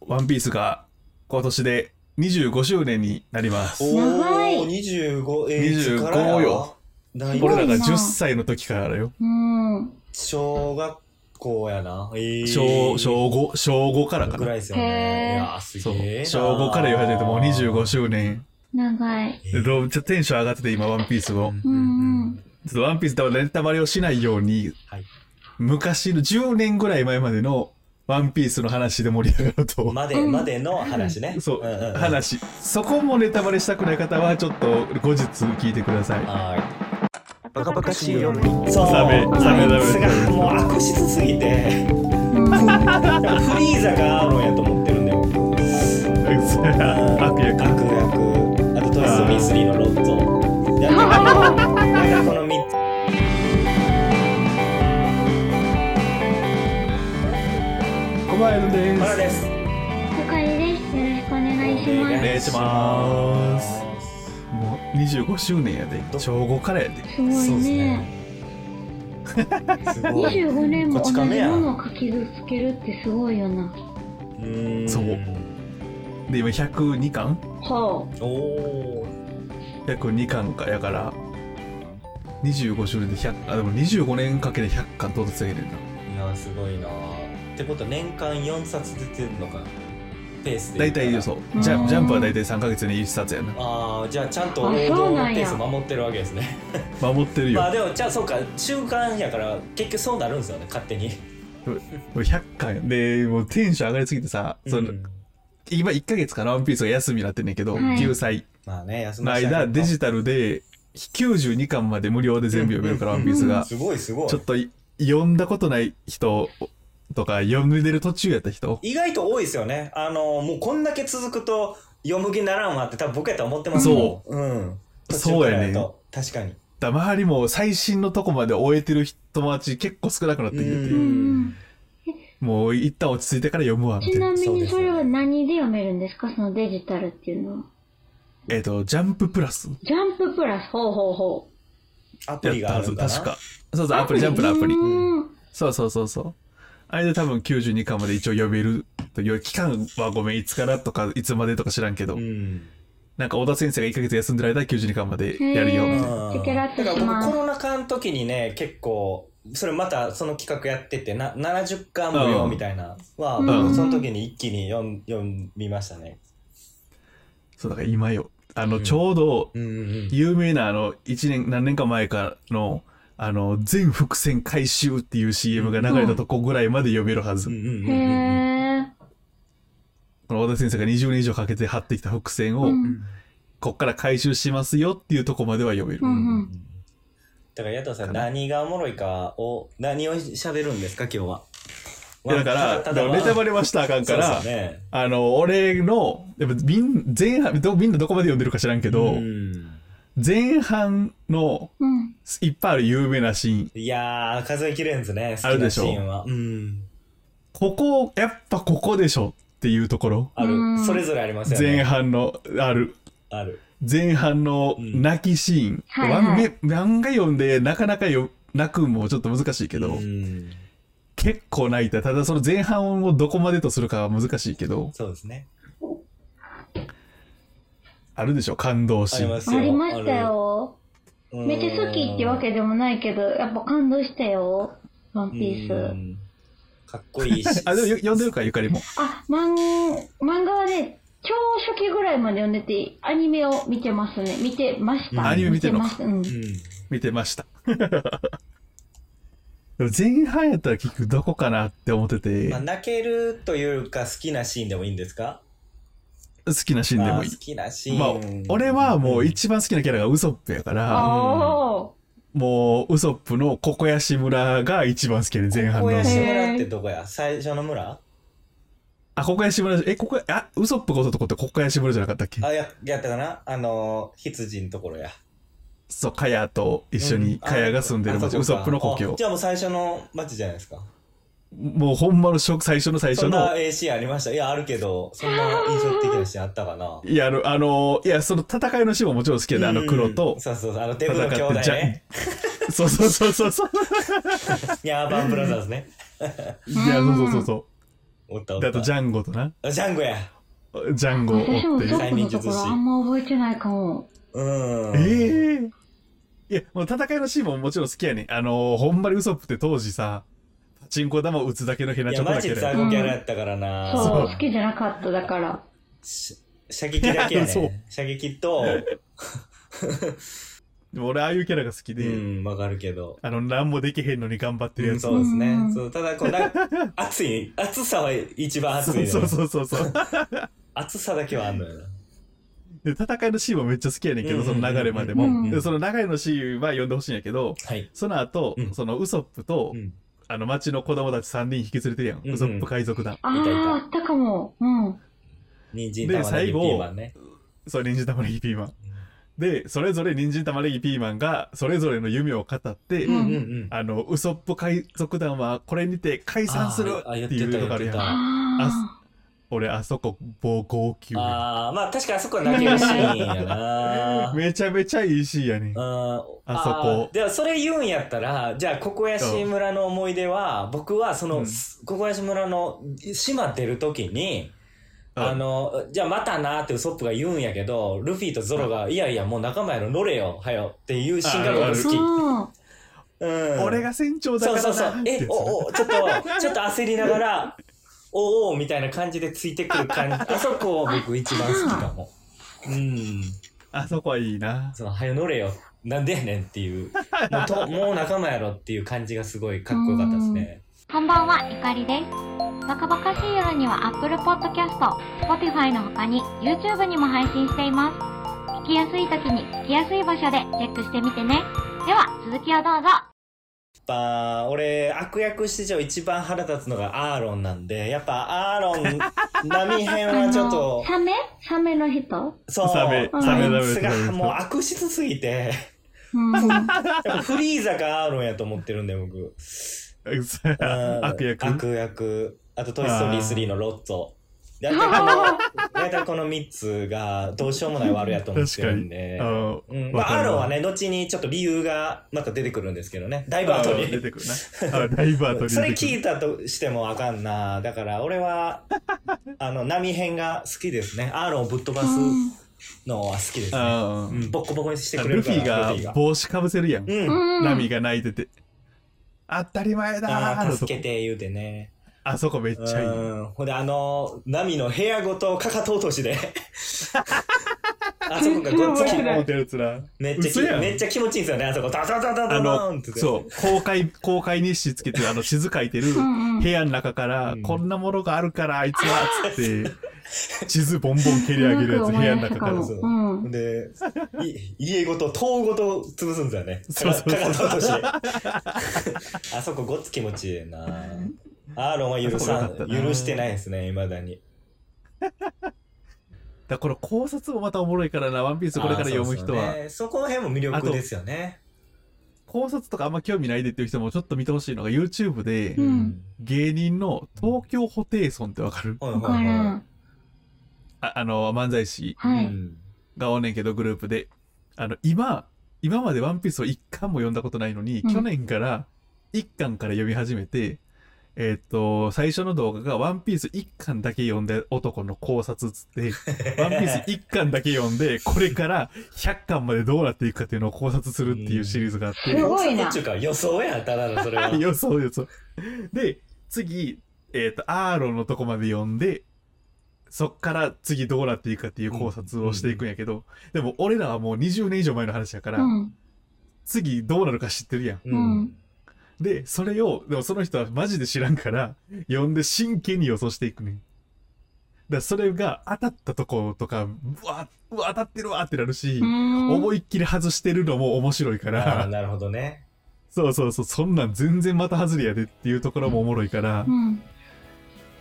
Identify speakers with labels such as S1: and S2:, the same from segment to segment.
S1: ワンピースが今年で25周年になります。
S2: お
S3: 長い
S2: ー、25、えー、
S1: 25
S2: いつからや
S1: よ。
S2: だいぶ
S1: 俺らが
S3: すごいな
S1: 10歳の時からだよ。
S3: うん。
S2: 小学校やな。えー、
S1: 小、小5、小5からか
S2: ぐら
S1: な。
S2: いですよ
S3: へー
S2: ね。いやー、す
S1: そう
S2: げえな。。
S1: 小5から言われてもう25周年。
S3: 長い。
S1: でどうめっちゃテンション上がってて今、ワンピースを。
S3: うんうん。
S1: ちょっとワンピースでネタバレをしないように、
S2: はい
S1: 昔の10年ぐらい前までのワンピースの話で盛り上がると。
S2: まで、
S3: うん
S2: までの話ね。
S1: そう、
S2: んんん。
S1: 話。そこもネタバレしたくない方は、ちょっと後日聞いてください。
S2: は
S4: バカバカしいよ
S2: い。そう。
S1: ダメダメダメ
S2: あいつがもう悪質すぎて、
S3: うん
S2: フリーザがアーロンやと思ってるんだよ。
S1: 悪役。
S2: 悪役。あと、トイ・ストーリー3のロッド。 やっぱこの、なんかこの3つ。
S1: 小林で
S2: 原です。
S3: おかりです。よろしくお願いし
S2: お
S3: ま
S2: 願
S1: いします
S2: す。
S1: もう25周年やで。小5からやで。
S3: す。すごい
S2: そうです
S3: ね。
S2: ね。すごい。
S3: 25年
S2: こ
S3: も同
S2: ち
S3: じ
S2: 亀や
S3: ものを書き続けるってすごいよな。
S2: うん
S1: そうで、今102巻
S3: ほう。
S2: おー。
S1: 102巻かやから、25周年で100、あ、でも25年かけて100巻到達できるんだ。
S2: いやー、すごいなー。ってことは年間4冊出てるのか。ペースで。
S1: 大体
S2: う。
S1: そう。ジャンジャンプは大体3ヶ月に1冊やな。
S2: ああ、じゃあちゃんと
S3: あ
S2: 王
S3: そ
S2: 道の
S3: うなんや
S2: ペース守ってるわけですね。
S1: 守ってる
S2: ま
S1: よ
S2: あ。でも、じゃあそうか、習慣やから、結局そうなるんですよね、勝手に。
S1: 100巻で、もうテンション上がりすぎてさ、その
S2: うん
S1: 今1ヶ月からワンピースが休みになってんねんけど、
S3: はい
S1: 救済
S2: まあね、休
S1: の
S2: ませてあげ
S1: 間
S2: ると
S1: デジタルで92巻まで無料で全部読めるから、
S3: う
S1: ワ
S3: ん
S1: ンピースが。
S2: すごいすごい
S1: ちょっ。とい読んだことない人とか、読んでる途中やった人、
S2: 意外と多いですよね。あのー、もうこんだけ続くと、読む気にならんわって多分僕やと思ってますもん。うん。途中
S1: そうや
S2: から
S1: ね
S2: と。確かに。
S1: だ周りも最新のとこまで終えてる人友達結構少なくなってきてて、
S2: う
S3: うんん。
S1: もう一旦落ち着いてから読むわ、みた
S3: ち
S1: い
S3: な
S1: な。
S3: み
S2: そう
S3: に
S2: ですね
S3: それは何で読めるんですかそのデジタルっていうのは。
S1: えっ、と、ジャンププラス
S3: ジャンププラス、ほうほうほう。
S2: アプ
S1: やっ
S2: リが
S1: た
S2: あ
S1: は
S2: る
S1: ず、
S2: んだな。
S1: 確か。そうそう、アプリ、ジャンプのアプリ。
S3: うん
S1: そうそうそうそう。あれで多分92巻まで一応読めるという期間はごめん、いつからとか、いつまでとか知らんけど、
S2: うん。
S1: なんか小田先生が1ヶ月休んでる間は92巻までやるよ、みたいな。
S2: うん
S3: チケラッと
S2: だから
S3: しま
S2: 僕
S3: す
S2: コロナ禍の時にね結構それまたその企画やっててな70巻無料みたいなは、
S3: うん
S2: 僕その時に一気に読ん読みましたね。
S1: そう、だから今よ。あの、
S2: うん
S1: ちょうど、
S2: うんうん
S1: 有名なあの1年何年か前からのあの全伏線回収っていう CM が流れたとこぐらいまで読めるはず、
S2: うんうん
S3: へ
S2: うん
S3: え。
S1: この小田先生が20年以上かけて貼ってきた伏線を、
S3: うん
S1: こっから回収しますよっていうとこまでは読める、
S3: う
S2: うんん
S3: う
S2: うんんだから、ヤトさん、何がおもろいかを、何を喋るんですか、今日は。
S1: いやだから
S2: た
S1: でもネタバレ
S2: レ
S1: はしたらあかんから
S2: ね、
S1: あの俺のやっぱみん前半どみんなどこまで読んでるか知らんけど、
S2: うん
S1: 前半の
S3: うん。
S1: いっぱいある有名なシーン
S2: いやー、数えきれんですね、好
S1: ある
S2: き
S1: で
S2: な
S1: し
S2: シ
S1: ょ
S2: ーンは。うん。
S1: ここやっぱここでしょっていうところ
S2: あ
S3: う
S2: る。
S3: ん
S2: それぞれありますよね。
S1: 前半のある
S2: ある。
S1: 前半の泣きシーン、
S3: うんはいはい
S1: 漫画漫画読んでなかなかよ泣くんもちょっと難しいけど、
S2: うん
S1: 結構泣いたただその前半をどこまでとするかは難しいけど
S2: そうですね。
S1: あるでしょ感動
S2: あ
S1: シ
S2: り
S1: ーン
S2: ますよ。
S3: ありましたよ。
S2: ある。
S3: めっちゃ好きってわけ
S2: で、
S3: でもないけど、やっぱ感動したよ。ワンピース。
S2: うんかっこいいし
S1: 。あでもよ読んでるかゆか りも
S3: あ、漫漫画はね、超初期ぐらいまで読んでて、アニメを見てますね。見てました。
S2: うんアニ
S1: メ見てんの
S3: ます。うん
S2: う。ん。
S1: 見てました でも前半やったら結局どこかなって思ってて、
S2: まあ、泣けるというか、好きなシーンでもいいんですか
S1: 好きなシーンでもい
S2: あー好
S1: い
S2: きなシーン。
S1: まあ俺はもう一番好きなキャラがウソップやから、
S3: あ
S1: もうウソップのココヤシ村が一番好きやね前半
S2: 小
S1: の
S2: 林村ってどこや最初の村
S1: あ、ここやしむら、え、ここや、あ、ウソップがおったとこってここやしむらじゃなかったっけ
S2: あ、や、やったかなあのー、羊のところや。
S1: そう、カヤと一緒に、
S2: うん
S1: カヤが住んでる町、
S2: あ
S1: ウソップの故
S2: あ
S1: 郷
S2: じ。ゃあもう最初の町じゃないですか。
S1: もうほんまの初最初の最
S2: そ
S1: 初
S2: んな
S1: の、
S2: ええシーンありました。いや、あるけど、そんな印象的なシーンあったかな。
S1: いや、あの、あのいや、その戦いのシーンももちろん好きやで、あの黒
S2: う
S1: と
S2: ん、そうそうそう、あのデブ
S1: 戦っ
S2: の兄
S1: て
S2: 弟、
S1: じゃ
S2: ね。、
S1: そうそうそうそうそう。
S2: ニャーバンブラザーズね。
S1: いや、そうそうそうそう。
S2: おったおった
S1: であとジャンゴとな
S2: あジャンゴや
S1: ジャンゴを
S3: 私
S1: 追
S3: も
S1: ってる
S3: ト
S2: う
S3: ップのところあんま覚えてないかも。
S2: うん
S1: ええいやもう戦いのシーンももちろん好きやねんあのーほんまにウソップって当時さパチンコ玉を打つだけのヘナ
S2: い
S1: チ
S2: や
S1: ョコ
S2: マ
S1: だ
S2: ジ
S1: け
S2: 雑
S1: で
S2: 魚キャラやったからな、
S3: そう、
S1: そう
S3: 好きじゃなかっただから。
S2: し射撃だけ や
S1: そう
S2: ね射撃と
S1: でも俺ああいうキャラが好き
S2: う
S1: で、
S2: んわかるけど
S1: あの何もできへんのに頑張ってる
S2: う
S1: や
S2: ん
S1: つ、
S2: そうですね
S3: うん
S2: そうただこうな 熱い熱さは一番熱い
S1: そう
S2: の
S1: そうそうそうそう
S2: 熱さだけはあんのよな
S1: で戦いのシーンもめっちゃ好きやねんけど、
S2: うん
S1: その流れまで
S3: う
S1: も、
S3: ん
S1: でその流れのシーンは読んでほしいんやけど
S2: はい
S1: その後、
S2: うん
S1: そのウソップと、
S2: うん
S1: あの町の子供たち3人引き連れてるやん、
S2: うんうん
S1: ウソップ海賊団
S3: あ
S2: いたいた
S3: あ、あったかも。うん。
S2: 人参
S1: で
S2: 玉ねぎ
S1: 最
S2: ピ
S1: 後
S2: ーマンね
S1: そう人参玉ねぎピーマンでそれぞれ人参玉ねぎピーマンがそれぞれの夢を語って、
S2: うん
S3: ん
S2: うんうん
S1: あのウソップ海賊団はこれにて解散する
S2: あーあ言
S1: っ
S2: ってて
S1: い
S2: た
S1: うのがあるやん
S2: 言って
S3: あ
S1: 俺あそこ暴行級
S2: ああまあ確かにあそこは泣けるシーンや な
S1: めちゃめちゃいいシーンやねん
S2: あ
S1: あそこ
S2: ではそれ言うんやったらじゃあここやし村の思い出は僕はそ
S1: う
S2: の、
S1: ん
S2: ここやし村の島出る時に
S1: うん
S2: あのじゃあまたなーってウソップが言うんやけどルフィとゾロが「いやいやもう仲間やろ乗れよはよ」っていうシーンが
S1: あ
S2: 僕
S1: る
S2: 好
S3: ー
S2: き、
S3: うん。
S2: うん、
S1: 俺が船長だ
S2: そ
S1: か
S2: う
S1: ら
S2: そ
S1: な
S2: うそう
S1: っ。て
S2: え
S1: や、つ
S2: お、お、ちょっと、ちょっと焦りながら、おおみたいな感じでついてくる 感じ。あそこ僕一番好きかも。うん。
S1: あそこはいいな
S2: その、はよ乗れよ。なんでやねんっていう。もうと、もう仲間やろっていう感じがすごいかっこよかったですね。
S5: こんばんは、ゆかりです。バカバカしい夜には Apple Podcast、Spotify の他に YouTube にも配信しています。聞きやすい時に聞きやすい場所でチェックしてみてね。では、続きをどうぞ。
S2: やっぱ、俺、悪役史上一番腹立つのがアーロンなんで、やっぱアーロン、波編
S3: あ
S2: は
S3: の
S2: ちょっ と、
S3: サメサメの人
S2: そう、
S1: サメ
S3: サメ
S2: あいつ
S1: ダメダメ
S2: がもう 悪質すぎて、
S3: うん。
S2: やっぱフリーザかアーロンやと思ってるんで、僕。うん
S1: 悪役
S2: 悪役あと「トイ・ストーリー3」のロッツォ大体この大体この3つがどうしようもない悪やと思ってる んで
S1: 確かにうん
S2: うんまあ、
S1: わか
S2: ア
S1: る
S2: ー
S1: わ
S2: ロンはね後にちょっと理由がまた出てくるんですけどねダイバート
S1: あ出
S2: に
S1: てくる なあダイバートに
S2: それ
S1: 出てく
S2: 聞
S1: る
S2: いたとしてもあかんなだから俺 はあの波編が好きですねアーロンをぶっ飛ばすのは好きですね、
S1: あ
S2: うん、ボッコボコにして
S1: ー
S2: くれ
S1: ル
S2: る
S1: フ
S2: から
S1: ィが帽子かぶせるやん
S2: うん、
S3: うん。
S1: ナミが泣いてて当たり前だー
S2: あー
S1: のとこ
S2: 助けて言うてね
S1: あそこめっちゃいい
S2: うんほんで、あの、ナミの部屋ごとかかと落と しで。あそこがごっつき
S1: 思ってるやつら
S2: めっちゃき
S1: 嘘やん
S2: めっちゃ気持ちいいんですよね、あそこ。ダダダダ
S1: あ
S2: ダダーン
S1: の
S2: ってね。
S1: そう公開公開日誌つけてあの地図書いてる
S3: うんうん
S1: 部屋の中から
S2: うん
S1: こんなものがあるからあいつはっつ って地図ボンボン蹴り上げるやつ部屋の中か
S3: う
S1: ら
S3: ん
S2: そう
S3: うん
S2: で、い家ごと、塔ごと潰すんですよね。
S1: そうそうそう
S2: かかと落とし で。あそこごっつ気持ちいいな。アーロンは許
S1: あ
S2: さ
S1: そこよか
S2: ん、
S1: ったな
S2: 許してないですね、未だに。
S1: だからこの考察もまたおもろいからな「ワンピースこれから読む人
S2: あーそう
S1: は
S2: そうねそこの辺も魅力ですよね。
S1: 考察とかあんま興味ないでっていう人もちょっと見てほしいのが YouTube で
S3: うん
S1: 芸人の東京ホテイソンってわかる
S2: はい
S3: わか
S2: はいは
S3: ら
S1: ああの漫才師
S2: い。
S3: ん。は
S2: う
S3: い。
S2: ん
S1: がおんねんけどグループであの今今まで「ワンピースを一巻も読んだことないのに、
S3: うん
S1: 去年から一巻から読み始めてえーっと最初の動画が「ワンピース一巻だけ読んで男の考察」っつって 「ワンピース一巻だけ読んでこれから100巻までどうなっていくかっていうのを考察するっていうシリーズがあって、。
S3: すごいな
S2: 考察っていうか予想やただのそれは
S1: よそうよそう。で、次、えっ、と、アーロンのとこまで読んで、そっから次どうなっていくかっていう考察をしていくんやけど、でも俺らはもう20年以上前の話やから、
S3: うん。
S1: 次どうなるか知ってるやん。
S2: う
S3: うんん。
S1: で、それを、でもその人はマジで知らんから、読んで真剣に予想していくねん。だからそれが当たったとことか、うわ、うわ、当たってるわってなるし、
S3: うん。
S1: 思いっきり外してるのも面白いか
S2: ああ、
S1: ら、
S2: なるほどね。
S1: そうそうそう、そんなん全然また外れやでっていうところもおもろいから、
S3: うん。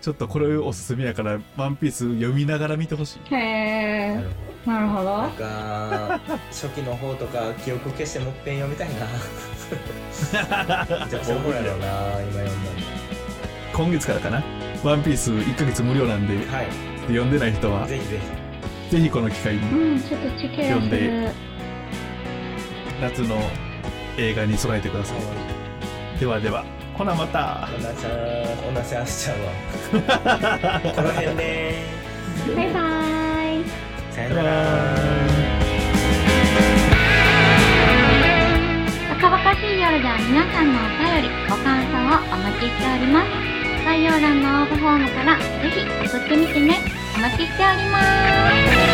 S1: ちょっとこれおすすめやから、ワンピース読みながら見てほしい。
S3: へえ。なるほ
S2: なん
S3: ど。
S2: か、初期の方とか、記憶消してもっぺん読みたいな。 じゃあ、そうやろうな、今読んだ
S1: 今月からかな。ワンピース1ヶ月無料なんで、
S2: の。はい、
S1: 読んでない人は、
S2: ぜひぜひ。
S1: ぜひこの機会
S3: う
S1: に、
S3: ん、ちょっとチケラ
S1: 読ん
S3: す
S1: で
S3: る。
S1: 夏の映画に備えてください。ではでは、ほなまた
S2: おなちゃん、おなちゃんしちゃう わ。この辺で、
S6: バイバーイ。
S2: さよなら。
S3: バカバカしい夜では皆さんのお便り、ご感想をお待ちしております。概要欄の応募フォームからぜひ送ってみてね。お待ちしております。